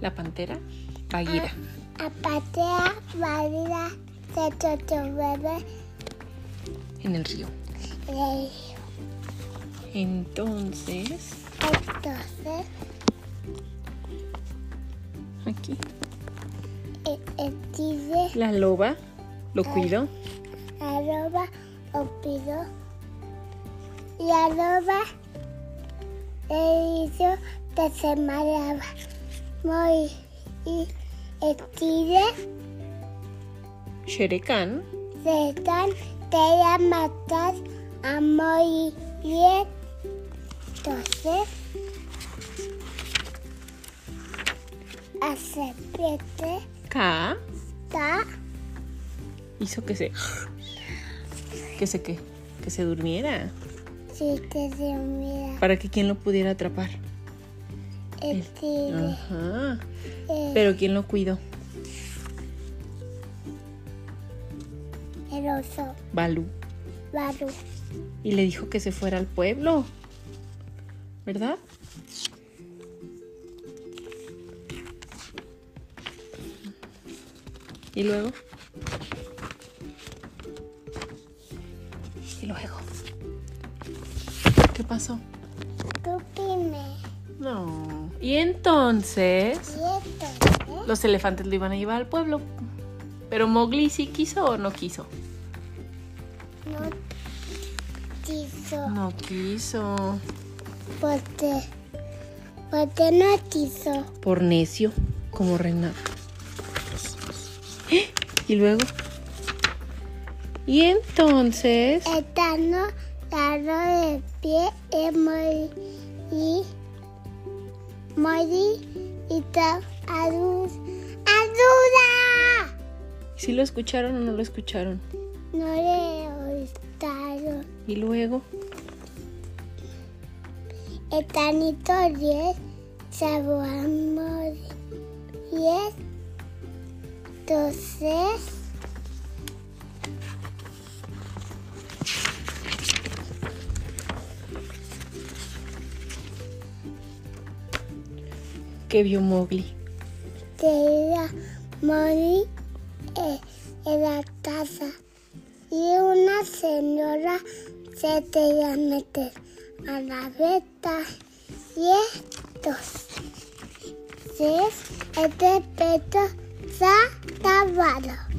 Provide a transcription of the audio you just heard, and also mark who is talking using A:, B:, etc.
A: la pantera Bagheera.
B: Ah. Apatea, valida, se chocho bebé,
A: en el río.
B: ley.
A: Entonces,
B: Entonces,
A: aquí,
B: el, el tigre
A: la loba lo cuidó
B: arroba o pido. Y arroba le hizo que se mareaba. Muy y el tigre
A: Shere Khan
B: se están quería matar a muy bien. Entonces, la serpiente
A: Ka
B: está
A: hizo que se. que se qué? Que se durmiera.
B: si te se mira
A: Para que quien lo pudiera atrapar.
B: el tigre.
A: Ajá.
B: eh,
A: Pero ¿quién lo cuidó?
B: el oso
A: Balú.
B: Baru.
A: Y le dijo que se fuera al pueblo. ¿Verdad? Y luego. Y luego. ¿Qué pasó?
B: Tú dime.
A: No. Y entonces.
B: Y entonces,
A: Los elefantes lo iban a llevar al pueblo. Pero Mowgli sí quiso o no quiso.
B: no quiso.
A: No quiso.
B: Porque, porque no quiso.
A: por necio como Renato. ¡Eh! Y luego. Y entonces.
B: Estando dando de pie y morí. Y morí y ta ayuda. ¡Ayuda!
A: ¿Si lo escucharon o no lo escucharon?
B: No le gustaron.
A: Y luego.
B: Estanito 10, sabor 10, 12.
A: ¿Qué vio Mowgli?
B: de ir a morir eh, en la casa. Y una señora se te iba a meter a la veta. Y estos. Entonces, este pecho está tapado.